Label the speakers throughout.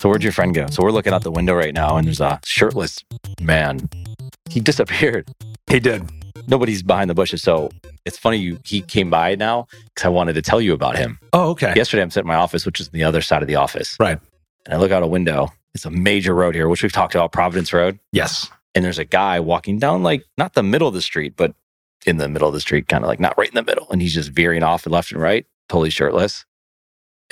Speaker 1: So where'd your friend go? So we're looking out the window right now, and there's a shirtless man. He disappeared.
Speaker 2: He did.
Speaker 1: Nobody's behind the bushes, so it's funny you he came by now because I wanted to tell you about him.
Speaker 2: Oh, okay.
Speaker 1: Yesterday, I'm sitting in my office, which is on the other side of the office.
Speaker 2: Right.
Speaker 1: And I look out a window. It's a major road here, which we've talked about, Providence Road.
Speaker 2: Yes.
Speaker 1: And there's a guy walking down, like not the middle of the street, but in the middle of the street, kind of like not right in the middle. And he's just veering off and left and right, totally shirtless.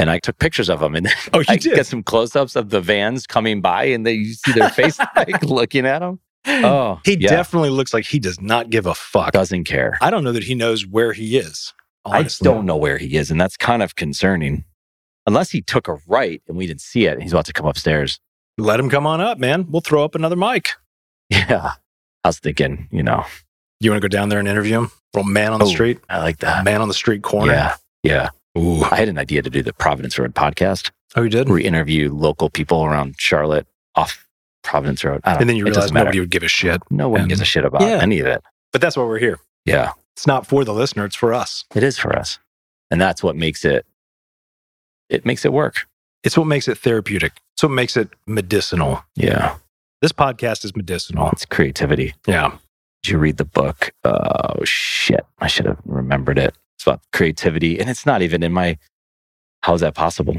Speaker 1: And I took pictures of him, and
Speaker 2: Oh, you
Speaker 1: I
Speaker 2: did.
Speaker 1: get some close-ups of the vans coming by, and they you see their face like looking at him. Oh,
Speaker 2: he
Speaker 1: yeah.
Speaker 2: definitely looks like he does not give a fuck.
Speaker 1: doesn't care.
Speaker 2: I don't know that he knows where he is. honestly.
Speaker 1: I don't know where he is, and that's kind of concerning. Unless he took a right and we didn't see it, and he's about to come upstairs.
Speaker 2: Let him come on up, man. We'll throw up another mic.
Speaker 1: Yeah, I was thinking, you know,
Speaker 2: You want to go down there and interview him? Little man on the
Speaker 1: Oh,
Speaker 2: street,
Speaker 1: I like that.
Speaker 2: man on the street corner.
Speaker 1: Yeah, yeah.
Speaker 2: Ooh.
Speaker 1: I had an idea to do the Providence Road podcast.
Speaker 2: Oh, you did?
Speaker 1: where We interview local people around Charlotte off Providence Road. I don't
Speaker 2: And then you
Speaker 1: uh, it
Speaker 2: realize
Speaker 1: doesn't matter.
Speaker 2: nobody would give a shit.
Speaker 1: no one
Speaker 2: and-
Speaker 1: gives a shit about
Speaker 2: Yeah.
Speaker 1: any of it.
Speaker 2: But that's why we're here.
Speaker 1: Yeah,
Speaker 2: It's not for the listener, it's for us.
Speaker 1: it is for us, and that's what makes it. It makes it work.
Speaker 2: It's what makes it therapeutic. It's what makes it medicinal.
Speaker 1: Yeah,
Speaker 2: This podcast is medicinal.
Speaker 1: it's creativity.
Speaker 2: Yeah.
Speaker 1: Did you read the book? Oh shit, I should have remembered it. It's about creativity, and it's not even in my. How's that possible?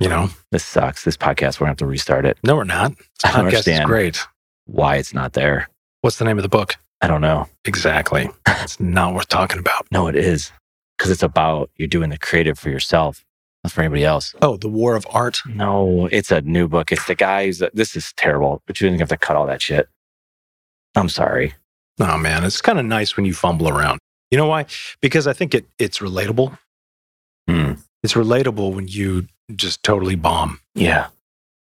Speaker 2: You know,
Speaker 1: This sucks. This podcast, we're gonna have to restart it.
Speaker 2: no, we're not. This
Speaker 1: I don't
Speaker 2: podcast is
Speaker 1: understand.
Speaker 2: great.
Speaker 1: Why it's not there?
Speaker 2: What's the name of the book?
Speaker 1: I don't know.
Speaker 2: Exactly. it's not worth talking about.
Speaker 1: No, it is because it's about you doing the creative for yourself, not for anybody else.
Speaker 2: Oh, The War of Art.
Speaker 1: No, it's a new book. It's the guy who's. This is terrible, but you didn't have to cut all that shit. I'm sorry.
Speaker 2: Oh man, it's kind of nice when you fumble around. You know why? Because I think it it's relatable.
Speaker 1: Hmm.
Speaker 2: It's relatable when you just totally bomb.
Speaker 1: Yeah,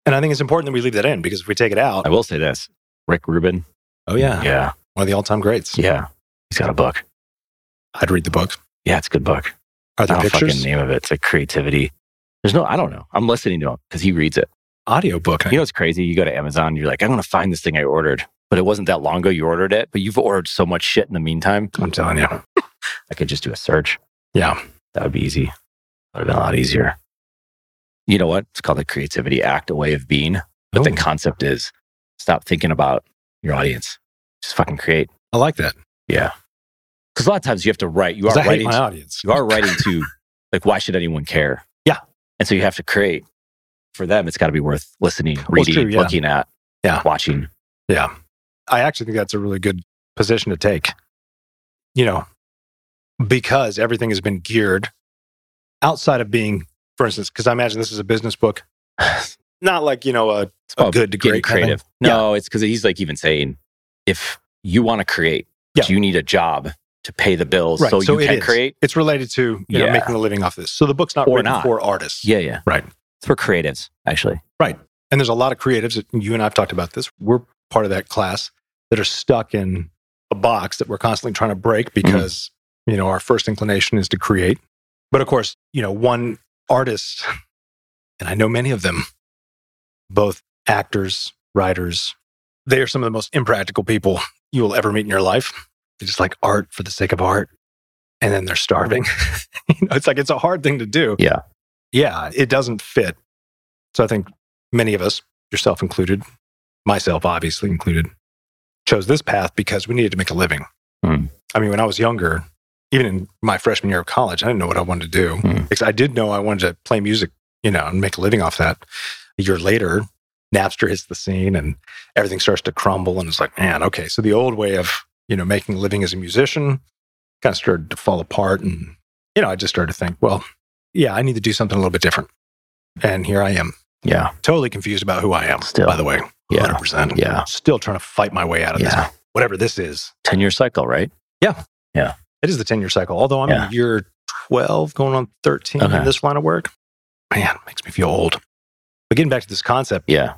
Speaker 2: And I think it's important that we leave that in because if we take it out,
Speaker 1: I will say this. Rick Rubin.
Speaker 2: oh yeah,
Speaker 1: Yeah,
Speaker 2: one of the all-time greats.
Speaker 1: yeah. He's got a book.
Speaker 2: I'd read the book.
Speaker 1: Yeah, it's a good book.
Speaker 2: Are there
Speaker 1: I don't
Speaker 2: pictures?
Speaker 1: fucking name of it. It's like creativity. There's no, I don't know. I'm listening to him because he reads it.
Speaker 2: Audio book.
Speaker 1: You know, it's crazy. You go to Amazon, you're like, I'm going to find this thing I ordered, but it wasn't that long ago you ordered it, but you've ordered so much shit in the meantime.
Speaker 2: I'm telling you.
Speaker 1: I could just do a search.
Speaker 2: Yeah.
Speaker 1: That would be easy. That would have been a lot easier. You know what? It's called the Creativity Act, a way of being. But the
Speaker 2: Ooh.
Speaker 1: concept is stop thinking about your audience. Just fucking create.
Speaker 2: I like that.
Speaker 1: Because a lot of times you have to write. You
Speaker 2: 'Cause
Speaker 1: are
Speaker 2: I hate
Speaker 1: writing
Speaker 2: my audience.
Speaker 1: you are writing to like why should anyone care
Speaker 2: Yeah.
Speaker 1: and so you have to create for them it's got to be worth listening
Speaker 2: it's
Speaker 1: reading
Speaker 2: true, yeah.
Speaker 1: looking at
Speaker 2: Yeah.
Speaker 1: watching
Speaker 2: I actually think that's a really good position to take. You know, because everything has been geared outside of being, for instance, because I imagine this is a business book, not like, you know, uh, a,
Speaker 1: it's
Speaker 2: a
Speaker 1: about
Speaker 2: good to
Speaker 1: getting
Speaker 2: great kind of-
Speaker 1: creative no it's because he's like even saying if you want to create
Speaker 2: Yeah.
Speaker 1: you need a job to pay the bills
Speaker 2: Right,
Speaker 1: so,
Speaker 2: so
Speaker 1: you
Speaker 2: it
Speaker 1: can
Speaker 2: is.
Speaker 1: create
Speaker 2: It's related to you know,
Speaker 1: Yeah.
Speaker 2: making a living off this. So the book's not
Speaker 1: Or
Speaker 2: written
Speaker 1: not.
Speaker 2: for artists.
Speaker 1: yeah yeah
Speaker 2: Right.
Speaker 1: it's for creatives actually
Speaker 2: And there's a lot of creatives, that- you and I have talked about this. We're part of that class that are stuck in a box that we're constantly trying to break because, you know, our first inclination is to create. But of course, you know, one artist, and I know many of them, both actors, writers, they are some of the most impractical people you will ever meet in your life. They just like art for the sake of art. And then they're starving. you know, it's like it's a hard thing to do.
Speaker 1: Yeah.
Speaker 2: Yeah. It doesn't fit. So I think many of us, yourself included, myself obviously included, chose this path because we needed to make a living.
Speaker 1: Hmm.
Speaker 2: I mean, when I was younger, even in my freshman year of college, I didn't know what I wanted to do.
Speaker 1: Hmm.
Speaker 2: Because I did know I wanted to play music, you know, and make a living off that. A year later, Napster hits the scene and everything starts to crumble. And it's like, man, okay. So the old way of, you know, making a living as a musician kind of started to fall apart. And, you know, I just started to think, well, yeah, I need to do something a little bit different. And here I am
Speaker 1: yeah
Speaker 2: totally confused about who I am.
Speaker 1: Still.
Speaker 2: by the way,
Speaker 1: Yeah.
Speaker 2: 100%.
Speaker 1: Yeah.
Speaker 2: still trying to fight my way out of this.
Speaker 1: yeah
Speaker 2: Whatever this is,
Speaker 1: 10 year cycle right
Speaker 2: it is the ten year cycle. Although I'm
Speaker 1: Yeah.
Speaker 2: in year twelve, going on thirteen in
Speaker 1: Okay.
Speaker 2: this line of work. Man, it makes me feel old. But getting back to this concept,
Speaker 1: yeah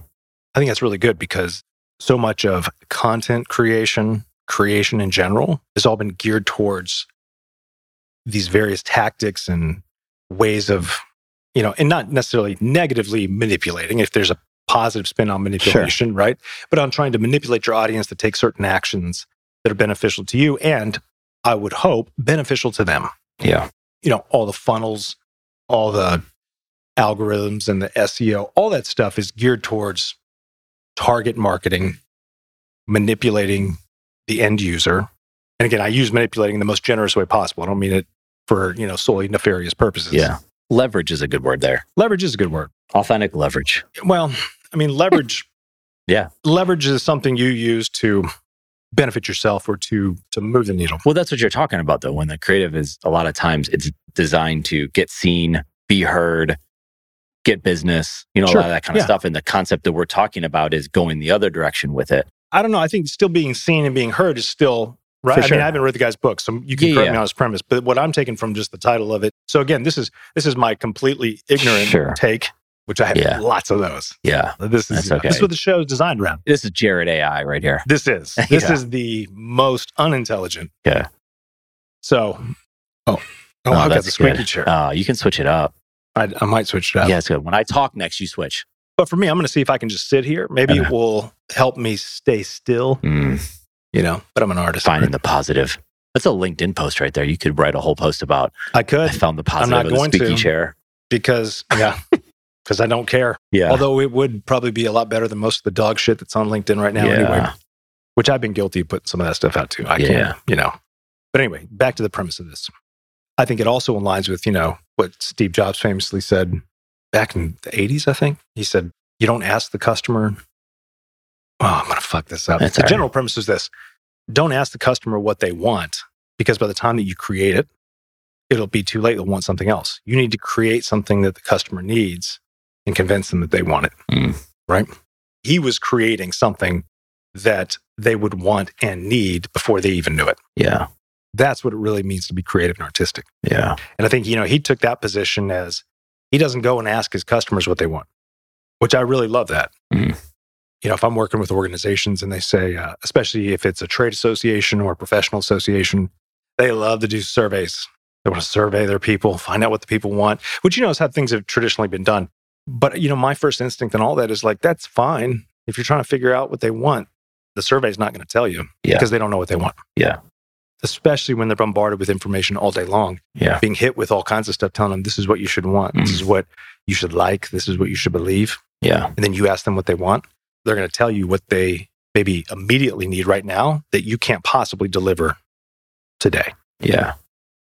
Speaker 2: I think that's really good because so much of content creation, creation in general, has all been geared towards these various tactics and ways of, you know, and not necessarily negatively manipulating if there's a positive spin on manipulation, right? But on trying to manipulate your audience to take certain actions that are beneficial to you and I would hope beneficial to them
Speaker 1: yeah
Speaker 2: you know all the funnels all the algorithms and the SEO, all that stuff is geared towards target marketing, manipulating the end user. And again, I use manipulating in the most generous way possible. I don't mean it for, you know, solely nefarious purposes.
Speaker 1: Yeah. Leverage is a good word there.
Speaker 2: Leverage is a good word.
Speaker 1: Authentic leverage.
Speaker 2: Well, I mean, leverage.
Speaker 1: Yeah.
Speaker 2: Leverage is something you use to benefit yourself or to to move the needle.
Speaker 1: Well, that's what you're talking about though. When the creative is a lot of times it's designed to get seen, be heard, get business, you know,
Speaker 2: Sure.
Speaker 1: a lot of that kind
Speaker 2: Yeah.
Speaker 1: of stuff. And the concept that we're talking about is going the other direction with it.
Speaker 2: I don't know. I think still being seen and being heard is still right.
Speaker 1: For
Speaker 2: I
Speaker 1: sure.
Speaker 2: mean, I haven't read the guy's book, so you can
Speaker 1: Yeah,
Speaker 2: correct
Speaker 1: yeah.
Speaker 2: me on his premise. But what I'm taking from just the title of it. So again, this is this is my completely ignorant
Speaker 1: Sure.
Speaker 2: take, which I have
Speaker 1: Yeah.
Speaker 2: lots of those.
Speaker 1: Yeah.
Speaker 2: This is
Speaker 1: That's okay.
Speaker 2: this is what the show is designed around.
Speaker 1: This is Jared AI right here.
Speaker 2: This is this
Speaker 1: Yeah.
Speaker 2: is the most unintelligent.
Speaker 1: Yeah.
Speaker 2: So, oh, oh,
Speaker 1: Oh,
Speaker 2: I've got
Speaker 1: that's
Speaker 2: the squeaky
Speaker 1: good.
Speaker 2: chair.
Speaker 1: Uh, you can switch it up.
Speaker 2: I, I might switch it up.
Speaker 1: Yeah, it's good. When I talk next, you switch.
Speaker 2: But for me, I'm going to see if I can just sit here. Maybe it will help me stay still.
Speaker 1: Mm,
Speaker 2: You know, but I'm an artist.
Speaker 1: finding the positive. That's a LinkedIn post right there. You could write a whole post about
Speaker 2: I
Speaker 1: I
Speaker 2: could
Speaker 1: found the positive
Speaker 2: not
Speaker 1: of the
Speaker 2: going
Speaker 1: speaky
Speaker 2: to.
Speaker 1: chair.
Speaker 2: because yeah, because I don't care.
Speaker 1: Yeah.
Speaker 2: Although it would probably be a lot better than most of the dog shit that's on LinkedIn right now,
Speaker 1: Yeah.
Speaker 2: anyway. Which I've been guilty of putting some of that stuff out too. I
Speaker 1: Yeah.
Speaker 2: can't, you know. But anyway, back to the premise of this. I think it also aligns with you know what Steve Jobs famously said back in the '80s. I think he said, "You don't ask the customer." Oh, I'm gonna fuck this up.
Speaker 1: That's
Speaker 2: the
Speaker 1: all right.
Speaker 2: general premise is this: don't ask the customer what they want because by the time that you create it, it'll be too late. They'll want something else. You need to create something that the customer needs and convince them that they want it.
Speaker 1: Mm.
Speaker 2: Right? He was creating something that they would want and need before they even knew it.
Speaker 1: Yeah.
Speaker 2: That's what it really means to be creative and artistic.
Speaker 1: Yeah.
Speaker 2: And I think, you know, he took that position as he doesn't go and ask his customers what they want, which I really love that.
Speaker 1: Mhm.
Speaker 2: You know, if I'm working with organizations and they say, uh, especially if it's a trade association or a professional association, they love to do surveys. They want to survey their people, find out what the people want, which, you know, is how things have traditionally been done. But, you know, my first instinct and all that is like, that's fine. If you're trying to figure out what they want, the survey's not going to tell you
Speaker 1: Yeah.
Speaker 2: because they don't know what they want.
Speaker 1: Yeah.
Speaker 2: Especially when they're bombarded with information all day long
Speaker 1: Yeah.
Speaker 2: being hit with all kinds of stuff, telling them this is what you should want, this
Speaker 1: Mhm.
Speaker 2: is what you should like, this is what you should believe.
Speaker 1: Yeah.
Speaker 2: And then you ask them what they want. They're going to tell you what they maybe immediately need right now that you can't possibly deliver today.
Speaker 1: Yeah.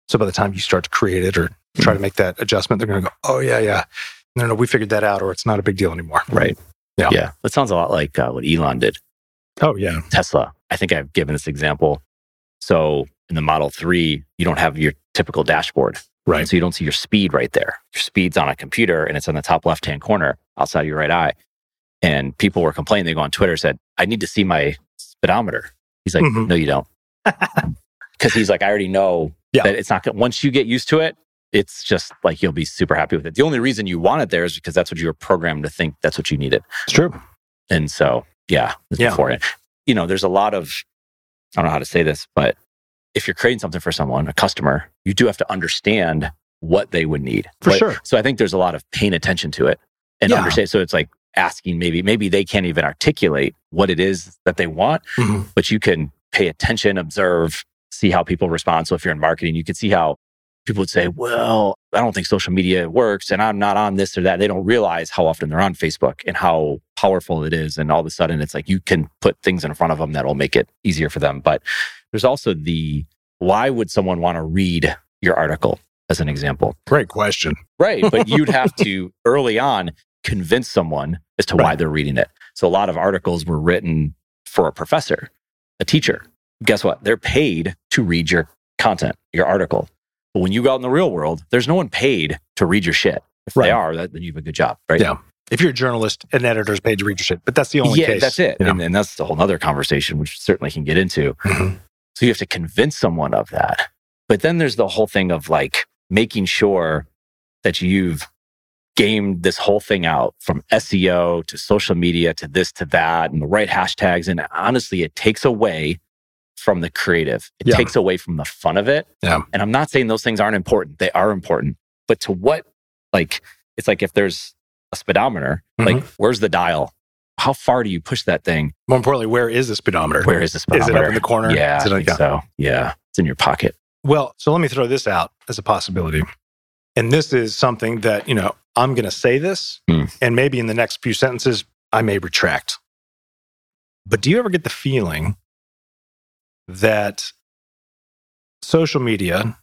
Speaker 2: So by the time you start to create it or try
Speaker 1: Mm.
Speaker 2: to make that adjustment, they're going to go, oh, yeah, yeah. No, no, we figured that out, or it's not a big deal anymore.
Speaker 1: Right.
Speaker 2: Yeah.
Speaker 1: Yeah. That sounds a lot like uh, what Elon did.
Speaker 2: Oh, yeah.
Speaker 1: Tesla. I think I've given this example. So in the Model 3, you don't have your typical dashboard.
Speaker 2: Right.
Speaker 1: So you don't see your speed right there. Your speed's on a computer and it's on the top left hand corner outside of your right eye. And people were complaining. They go on Twitter, said, I need to see my speedometer. He's like,
Speaker 2: Mhm.
Speaker 1: No, you don't. Because he's like, I already know
Speaker 2: Yeah.
Speaker 1: that it's not going to, once you get used to it, it's just like you'll be super happy with it. The only reason you want it there is because that's what you were programmed to think that's what you needed.
Speaker 2: It's true.
Speaker 1: And so, yeah, it's
Speaker 2: Yeah.
Speaker 1: important. You know, there's a lot of, I don't know how to say this, but if you're creating something for someone, a customer, you do have to understand what they would need.
Speaker 2: For
Speaker 1: What-
Speaker 2: sure.
Speaker 1: So I think there's a lot of paying attention to it and
Speaker 2: Yeah.
Speaker 1: understand. So it's like asking maybe, maybe they can't even articulate what it is that they want,
Speaker 2: Mhm.
Speaker 1: but you can pay attention, observe, see how people respond. So if you're in marketing, you can see how people would say, Well, I don't think social media works and I'm not on this or that. They don't realize how often they're on Facebook and how powerful it is. And all of a sudden, it's like you can put things in front of them that'll make it easier for them. But there's also the why would someone want to read your article as an example?
Speaker 2: Great question.
Speaker 1: Right. But you'd have to early on convince someone as to why
Speaker 2: Right.
Speaker 1: they're reading it. So a lot of articles were written for a professor, a teacher. Guess what? They're paid to read your content, your article. But when you go out in the real world, there's no one paid to read your shit. If
Speaker 2: Right.
Speaker 1: they are, that, then you have a good job. Right.
Speaker 2: Yeah. If you're a journalist, an editor's paid to read your shit, but that's the only
Speaker 1: yeah,
Speaker 2: case.
Speaker 1: that's it.
Speaker 2: you know.
Speaker 1: And, and that's a whole other conversation, which certainly can get into.
Speaker 2: Mhm.
Speaker 1: So you have to convince someone of that. But then there's the whole thing of like making sure that you've gamed this whole thing out from SEO to social media to this to that and the right hashtags. And honestly, it takes away from the creative, it
Speaker 2: Yeah.
Speaker 1: takes away from the fun of it.
Speaker 2: Yeah.
Speaker 1: And I'm not saying those things aren't important, they are important. But to what, like, it's like if there's a speedometer, like,
Speaker 2: Mm-hmm.
Speaker 1: where's the dial? How far do you push that thing?
Speaker 2: More importantly, where is the speedometer?
Speaker 1: Where is the
Speaker 2: Is
Speaker 1: speedometer?
Speaker 2: it up in the corner?
Speaker 1: Yeah,
Speaker 2: Is it
Speaker 1: I
Speaker 2: like-
Speaker 1: think so. Yeah, it's in your pocket.
Speaker 2: Well, so let me throw this out as a possibility. And this is something that, you know, I'm going to say this,
Speaker 1: Hmm.
Speaker 2: and maybe in the next few sentences, I may retract. But do you ever get the feeling that social media,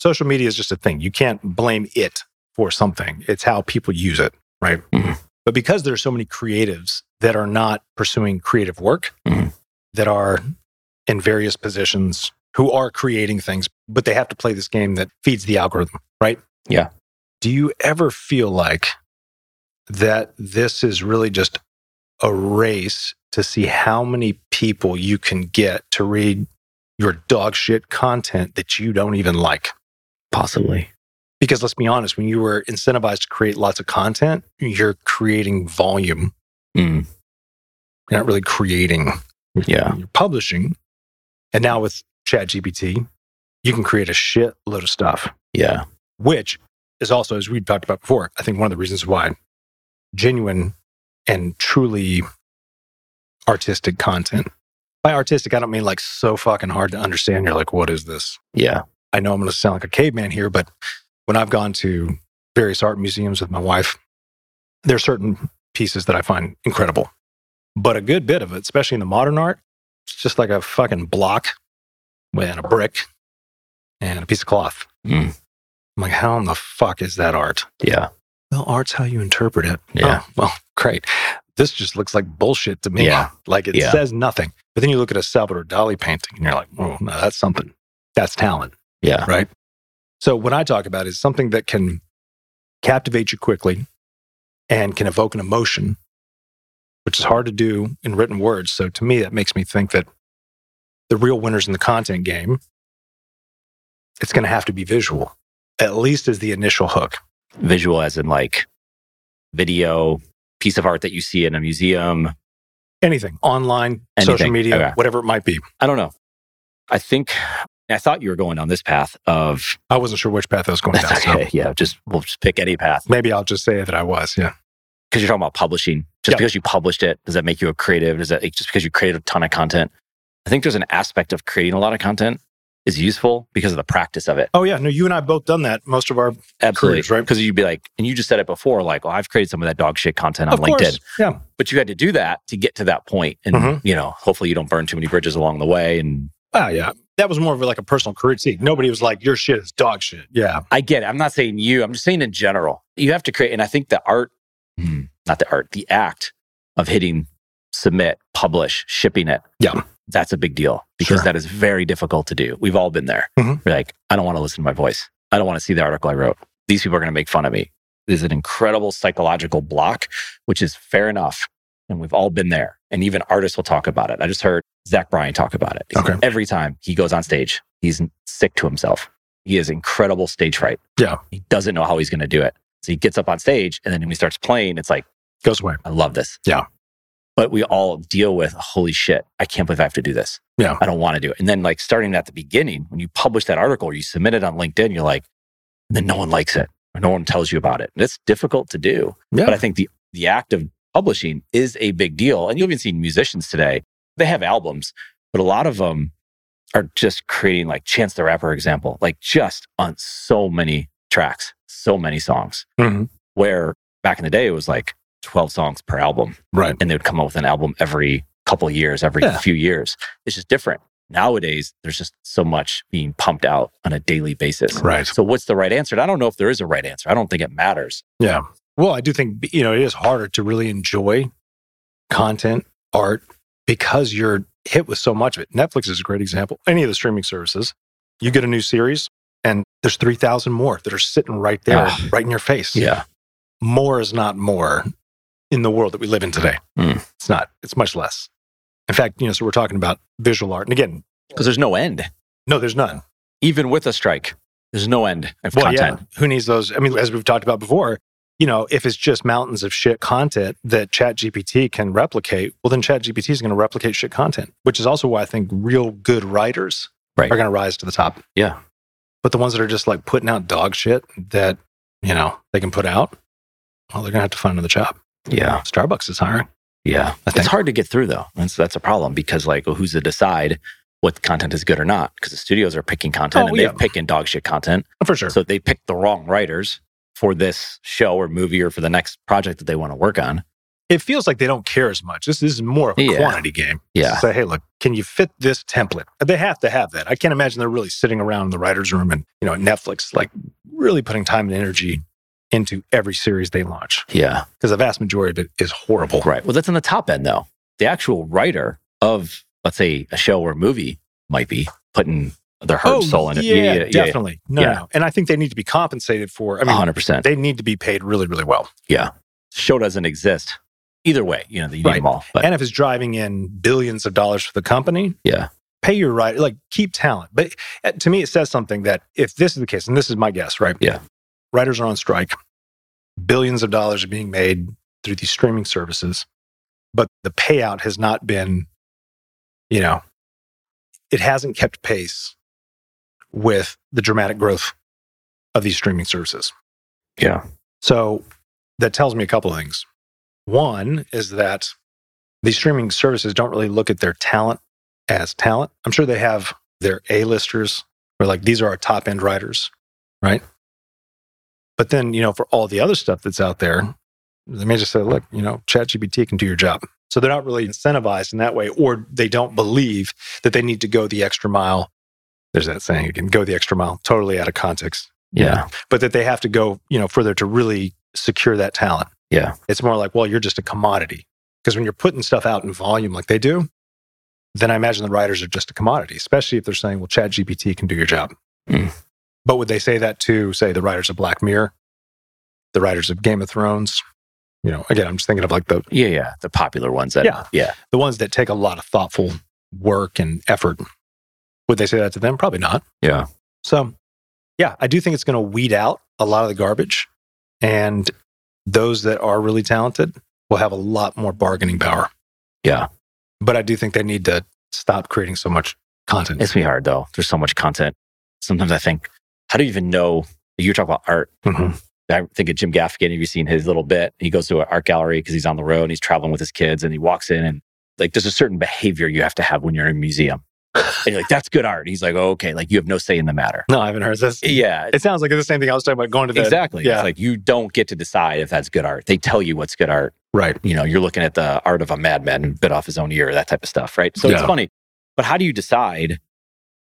Speaker 2: social media is just a thing? You can't blame it for something, it's how people use it, right?
Speaker 1: Mhm.
Speaker 2: But because there are so many creatives that are not pursuing creative work,
Speaker 1: Mhm.
Speaker 2: that are in various positions who are creating things, but they have to play this game that feeds the algorithm, right?
Speaker 1: Yeah.
Speaker 2: Do you ever feel like that this is really just a race to see how many people you can get to read your dog shit content that you don't even like?
Speaker 1: Possibly.
Speaker 2: Because let's be honest, when you were incentivized to create lots of content, you're creating volume.
Speaker 1: Mm,
Speaker 2: You're not really creating
Speaker 1: yeah.
Speaker 2: you're publishing. And now with ChatGPT, you can create a shitload of stuff,
Speaker 1: Yeah.
Speaker 2: which is also, as we talked about before, I think one of the reasons why genuine and truly artistic content. By artistic, I don't mean like so fucking hard to understand. You're like, what is this?
Speaker 1: Yeah.
Speaker 2: I know I'm going to sound like a caveman here, but when I've gone to various art museums with my wife, there are certain pieces that I find incredible. But a good bit of it, especially in the modern art, it's just like a fucking block and a brick and a piece of cloth.
Speaker 1: Mm.
Speaker 2: I'm like, how in the fuck is that art?
Speaker 1: Yeah.
Speaker 2: Well, art's how you interpret it.
Speaker 1: Yeah.
Speaker 2: Oh, well, great. This just looks like bullshit to me.
Speaker 1: Yeah.
Speaker 2: Like it
Speaker 1: Yeah.
Speaker 2: says nothing. But then you look at a Salvador Dali painting and you're like, oh, no, that's something. That's talent.
Speaker 1: Yeah.
Speaker 2: So what I talk about is something that can captivate you quickly and can evoke an emotion, which is hard to do in written words. So to me, that makes me think that the real winners in the content game, it's going to have to be visual, at least as the initial hook.
Speaker 1: Visual, as in like video, piece of art that you see in a museum.
Speaker 2: Anything online, social
Speaker 1: Anything.
Speaker 2: media,
Speaker 1: Okay.
Speaker 2: whatever it might be.
Speaker 1: I don't know. I think I thought you were going down this path of
Speaker 2: I wasn't sure which path I was going down.
Speaker 1: That's
Speaker 2: so
Speaker 1: okay. Yeah, just we'll just pick any path
Speaker 2: maybe I'll just say that I was. Yeah.
Speaker 1: because you're talking about publishing. Just
Speaker 2: Yeah.
Speaker 1: because you published it, does that make you a creative? Does that just because you created a ton of content? I think there's an aspect of creating a lot of content is useful because of the practice of it.
Speaker 2: Oh, yeah. No, you and I both done that most of our, of
Speaker 1: Absolutely,
Speaker 2: Careers, right?
Speaker 1: Because you'd be like, and you just said it before, like, well, I've created some of that dog shit content on LinkedIn,
Speaker 2: course. Yeah.
Speaker 1: but you had to do that to get to that point, and
Speaker 2: Mhm.
Speaker 1: you know, hopefully, you don't burn too many bridges along the way. And
Speaker 2: Oh, yeah. That was more of like a personal critique. Nobody was like, your shit is dog shit. Yeah.
Speaker 1: I get it. I'm not saying you. I'm just saying in general, you have to create. And I think the art, hmm, not the art, the act of hitting submit, publish, shipping it.
Speaker 2: Yeah.
Speaker 1: That's a big deal because
Speaker 2: Sure.
Speaker 1: that is very difficult to do. We've all been there.
Speaker 2: Mhm.
Speaker 1: We're like, I don't want to listen to my voice. I don't want to see the article I wrote. These people are going to make fun of me. There's an incredible psychological block, which is fair enough. And we've all been there. And even artists will talk about it. I just heard Zach Bryan talk about it.
Speaker 2: Okay.
Speaker 1: Every time he goes on stage, he's sick to himself. He has incredible stage fright.
Speaker 2: Yeah.
Speaker 1: He doesn't know how he's going to do it. So he gets up on stage and then when he starts playing, it's like,
Speaker 2: Goes away.
Speaker 1: I love this.
Speaker 2: Yeah.
Speaker 1: But we all deal with, holy shit, I can't believe I have to do this.
Speaker 2: Yeah.
Speaker 1: I don't want to do it. And then, like, starting at the beginning, when you publish that article or you submit it on LinkedIn, you're like, and then no one likes it or no one tells you about it. And it's difficult to do.
Speaker 2: Yeah.
Speaker 1: But I think the, the act of publishing is a big deal. And you've even seen musicians today, they have albums, but a lot of them are just creating, like, Chance the Rapper example, like, just on so many tracks, so many songs,
Speaker 2: Mhm.
Speaker 1: where back in the day, it was like 12 songs per album
Speaker 2: Right.
Speaker 1: and they would come out with an album every couple of years, every
Speaker 2: Yeah.
Speaker 1: few years. It's just different. Nowadays, there's just so much being pumped out on a daily basis.
Speaker 2: Right.
Speaker 1: So, what's the right answer? And I don't know if there is a right answer. I don't think it matters.
Speaker 2: Well, I do think, you know, it is harder to really enjoy content, art, because you're hit with so much of it. Netflix is a great example. Any of the streaming services, you get a new series and there's 3,000 more that are sitting right there,
Speaker 1: Ah.
Speaker 2: right in your face.
Speaker 1: Yeah.
Speaker 2: More is not more in the world that we live in today.
Speaker 1: Mm.
Speaker 2: It's not, it's much less. In fact, you know, so we're talking about visual art. And again,
Speaker 1: Because there's no end.
Speaker 2: no, there's none.
Speaker 1: Even with a strike, there's no end of
Speaker 2: Well,
Speaker 1: content.
Speaker 2: yeah. Who needs those? I mean, as we've talked about before, you know, if it's just mountains of shit content that ChatGPT can replicate, well, then ChatGPT is going to replicate shit content, which is also why I think real good writers
Speaker 1: Right.
Speaker 2: are going to rise to the top.
Speaker 1: Yeah.
Speaker 2: But the ones that are just like putting out dog shit that, you know, they can put out, well, they're going to have to find another job.
Speaker 1: Yeah.
Speaker 2: Starbucks is hiring.
Speaker 1: Yeah.
Speaker 2: I
Speaker 1: It's
Speaker 2: think.
Speaker 1: hard to get through, though. That's, that's a problem because, like, who's to decide what content is good or not because the studios are picking content
Speaker 2: Oh,
Speaker 1: and they're
Speaker 2: yeah.
Speaker 1: picking dog shit content.
Speaker 2: For sure.
Speaker 1: So they picked the wrong writers for this show or movie or for the next project that they want to work on.
Speaker 2: it feels like they don't care as much. This, this is more of a
Speaker 1: Yeah.
Speaker 2: quantity game.
Speaker 1: Yeah.
Speaker 2: Say, hey, look, can you fit this template? They have to have that. I can't imagine they're really sitting around in the writer's room and, you know, at Netflix, like really putting time and energy into every series they launch
Speaker 1: Yeah.
Speaker 2: because the vast majority of it is horrible.
Speaker 1: Right. Well, that's on the top end though. The actual writer of, let's say, a show or movie might be putting their heart and soul in it.
Speaker 2: Oh, yeah, definitely. No,
Speaker 1: Yeah.
Speaker 2: no. And I think they need to be compensated for. I mean,
Speaker 1: 100%.
Speaker 2: they need to be paid really, really well.
Speaker 1: show doesn't exist. Either way, you know, you need
Speaker 2: Right.
Speaker 1: them all. But
Speaker 2: and if it's driving in billions of dollars for the company,
Speaker 1: Yeah.
Speaker 2: pay your right, like keep talent. But uh, to me, it says something that if this is the case, and this is my guess, right?
Speaker 1: Yeah.
Speaker 2: writers are on strike, billions of dollars are being made through these streaming services, but the payout has not been, you know, it hasn't kept pace with the dramatic growth of these streaming services.
Speaker 1: Yeah.
Speaker 2: So that tells me a couple of things. One is that these streaming services don't really look at their talent as talent. I'm sure they have their A-listers where like these are our top end writers, right? But then, you know, for all the other stuff that's out there, they may just say, look, you know, ChatGPT can do your job. So they're not really incentivized in that way, or they don't believe that they need to go the extra mile. There's that saying again, go the extra mile, totally out of context
Speaker 1: yeah.
Speaker 2: but that they have to go, you know, further to really secure that talent.
Speaker 1: Yeah.
Speaker 2: It's more like, well, you're just a commodity. Because when you're putting stuff out in volume like they do, then I imagine the writers are just a commodity, especially if they're saying, well, Chat GPT can do your job.
Speaker 1: Mm.
Speaker 2: But would they say that to, say, the writers of Black Mirror, the writers of Game of Thrones? You know, again, I'm just thinking of like the,
Speaker 1: Yeah. Yeah. The popular ones that,
Speaker 2: Yeah.
Speaker 1: yeah.
Speaker 2: the ones that take a lot of thoughtful work and effort. Would they say that to them? Probably not.
Speaker 1: Yeah.
Speaker 2: So, yeah, I do think it's going to weed out a lot of the garbage. And those that are really talented will have a lot more bargaining power.
Speaker 1: Yeah.
Speaker 2: But I do think they need to stop creating so much content.
Speaker 1: It's me hard though. There's so much content. Sometimes I think, how do you even know? You talk about art.
Speaker 2: Mhm.
Speaker 1: I think of Jim Gaffigan. Have you seen his little bit? He goes to an art gallery because he's on the road and he's traveling with his kids and he walks in and like there's a certain behavior you have to have when you're in a museum. And you're like, that's good art. He's like, oh, okay, like you have no say in the matter.
Speaker 2: No, I haven't heard this.
Speaker 1: Yeah,
Speaker 2: It sounds like it's the same thing I was talking about going to the.
Speaker 1: exactly.
Speaker 2: yeah.
Speaker 1: It's like you don't get to decide if that's good art. They tell you what's good art.
Speaker 2: Right.
Speaker 1: You know, you're looking at the art of a madman who bit off his own ear, that type of stuff, right? So it's
Speaker 2: Yeah.
Speaker 1: funny. But how do you decide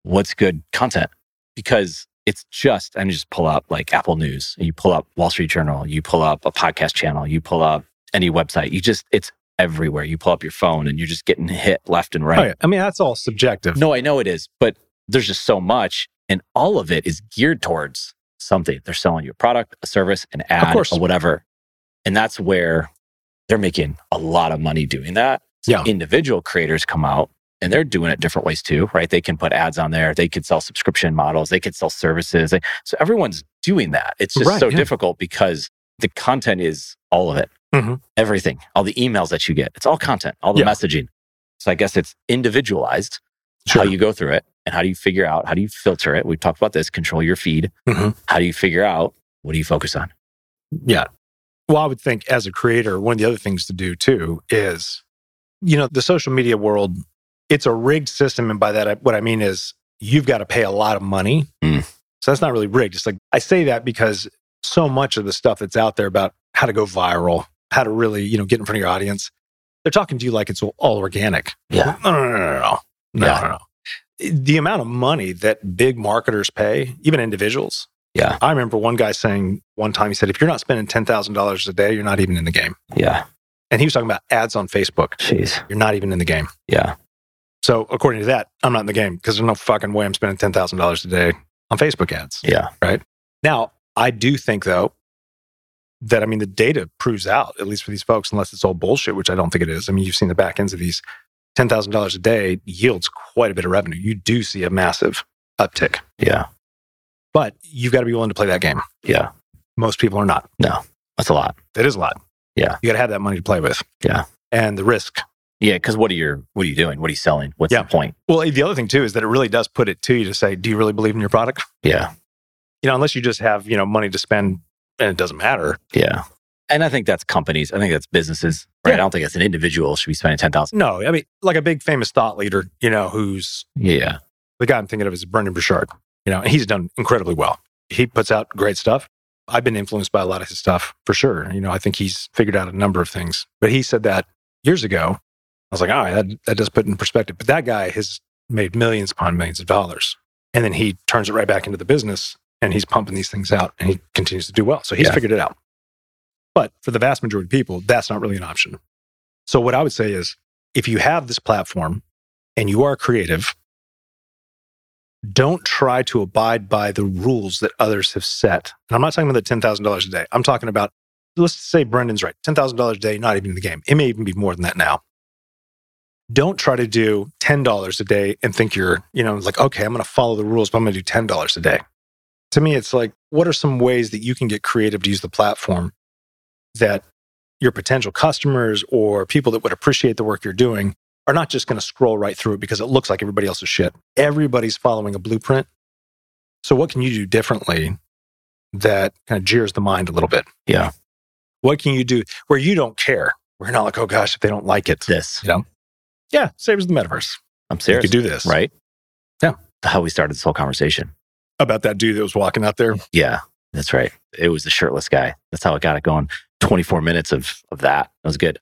Speaker 1: what's good content? Because it's just, and you just pull up like Apple News, you pull up Wall Street Journal, you pull up a podcast channel, you pull up any website. You just, it's everywhere. You pull up your phone and you're just getting hit left and right.
Speaker 2: Oh, yeah. I mean, that's all subjective.
Speaker 1: No, I know it is, but there's just so much, and all of it is geared towards something. They're selling you a product, a service, an ad,
Speaker 2: course.
Speaker 1: or whatever. And that's where they're making a lot of money doing that.
Speaker 2: Yeah.
Speaker 1: Individual creators come out and they're doing it different ways too, right? They can put ads on there, they could sell subscription models, they could sell services. They- So everyone's doing that. It's just
Speaker 2: Right,
Speaker 1: so
Speaker 2: yeah.
Speaker 1: difficult because the content is all of it.
Speaker 2: Mhm.
Speaker 1: Everything, all the emails that you get, it's all content, all the
Speaker 2: Yeah.
Speaker 1: messaging. So I guess it's individualized
Speaker 2: Sure.
Speaker 1: how you go through it and how do you figure out how do you filter it we talked about this control your feed
Speaker 2: Mhm.
Speaker 1: how do you figure out what do you focus on
Speaker 2: Yeah. Well, I would think as a creator, one of the other things to do too is, you know, the social media world, it's a rigged system. And by that, I, what I mean is you've got to pay a lot of money.
Speaker 1: Mm.
Speaker 2: So that's not really rigged. It's like I say that because so much of the stuff that's out there about how to go viral, how to really, you know, get in front of your audience, they're talking to you like it's all organic.
Speaker 1: Yeah.
Speaker 2: No, no, no, no, no. No,
Speaker 1: Yeah.
Speaker 2: no, no. The amount of money that big marketers pay, even individuals, I remember one guy saying one time, he said, if you're not spending $10,000 a day, you're not even in the game.
Speaker 1: yeah
Speaker 2: And he was talking about ads on Facebook.
Speaker 1: jeez
Speaker 2: You're not even in the game.
Speaker 1: yeah
Speaker 2: So, according to that, I'm not in the game because there's no fucking way I'm spending $10,000 a day on Facebook ads.
Speaker 1: yeah
Speaker 2: Now, I do think, though, that I mean, the data proves out, at least for these folks, unless it's all bullshit, which I don't think it is. I mean, you've seen the back ends of these $10,000 a day yields quite a bit of revenue. You do see a massive uptick,
Speaker 1: yeah
Speaker 2: but you've got to be willing to play that game.
Speaker 1: yeah
Speaker 2: Most people are not.
Speaker 1: that's a lot
Speaker 2: That is a lot.
Speaker 1: Yeah.
Speaker 2: You got to have that money to play with.
Speaker 1: Yeah.
Speaker 2: And the risk.
Speaker 1: yeah because what are your what are you doing what are you selling what's
Speaker 2: Yeah.
Speaker 1: the point
Speaker 2: Well, the other thing too is that it really does put it to you to say, do you really believe in your product?
Speaker 1: yeah
Speaker 2: You know, unless you just have, you know, money to spend and it doesn't matter,
Speaker 1: yeah And I think that's companies. I think that's businesses, right? I don't think that's an individual should be spending 10000
Speaker 2: No, I mean, like a big famous thought leader, you know, who's
Speaker 1: Yeah.
Speaker 2: the guy I'm thinking of is Brendan Burchard. You know, and he's done incredibly well. He puts out great stuff. I've been influenced by a lot of his stuff for sure. You know, I think he's figured out a number of things. But he said that years ago. I was like, all right, that, that does put it in perspective. But that guy has made millions upon millions of dollars. And then he turns it right back into the business and he's pumping these things out and he continues to do well. So he's
Speaker 1: Yeah.
Speaker 2: figured it out. But for the vast majority of people, that's not really an option. So what I would say is if you have this platform and you are creative, don't try to abide by the rules that others have set. And I'm not talking about the $10,000 a day. I'm talking about, let's say Brendan's right, $10,000 a day, not even in the game. It may even be more than that now. Don't try to do $10 a day and think you're, you know, like, okay, I'm going to follow the rules, but I'm going to do $10 a day. To me, it's like, what are some ways that you can get creative to use the platform that your potential customers or people that would appreciate the work you're doing are not just going to scroll right through it because it looks like everybody else's shit. Everybody's following a blueprint. So, what can you do differently that kind of jeers the mind a little bit?
Speaker 1: Yeah.
Speaker 2: What can you do where you don't care? We're not like, oh gosh, if they don't like it.
Speaker 1: This.
Speaker 2: Yeah, same as the metaverse.
Speaker 1: I'm
Speaker 2: You
Speaker 1: serious.
Speaker 2: could do this.
Speaker 1: Right?
Speaker 2: Yeah.
Speaker 1: How we started this whole conversation.
Speaker 2: About that dude that was walking out there.
Speaker 1: Yeah, that's right. It was the shirtless guy. That's how it got it going. 24 minutes of, of that. That was good.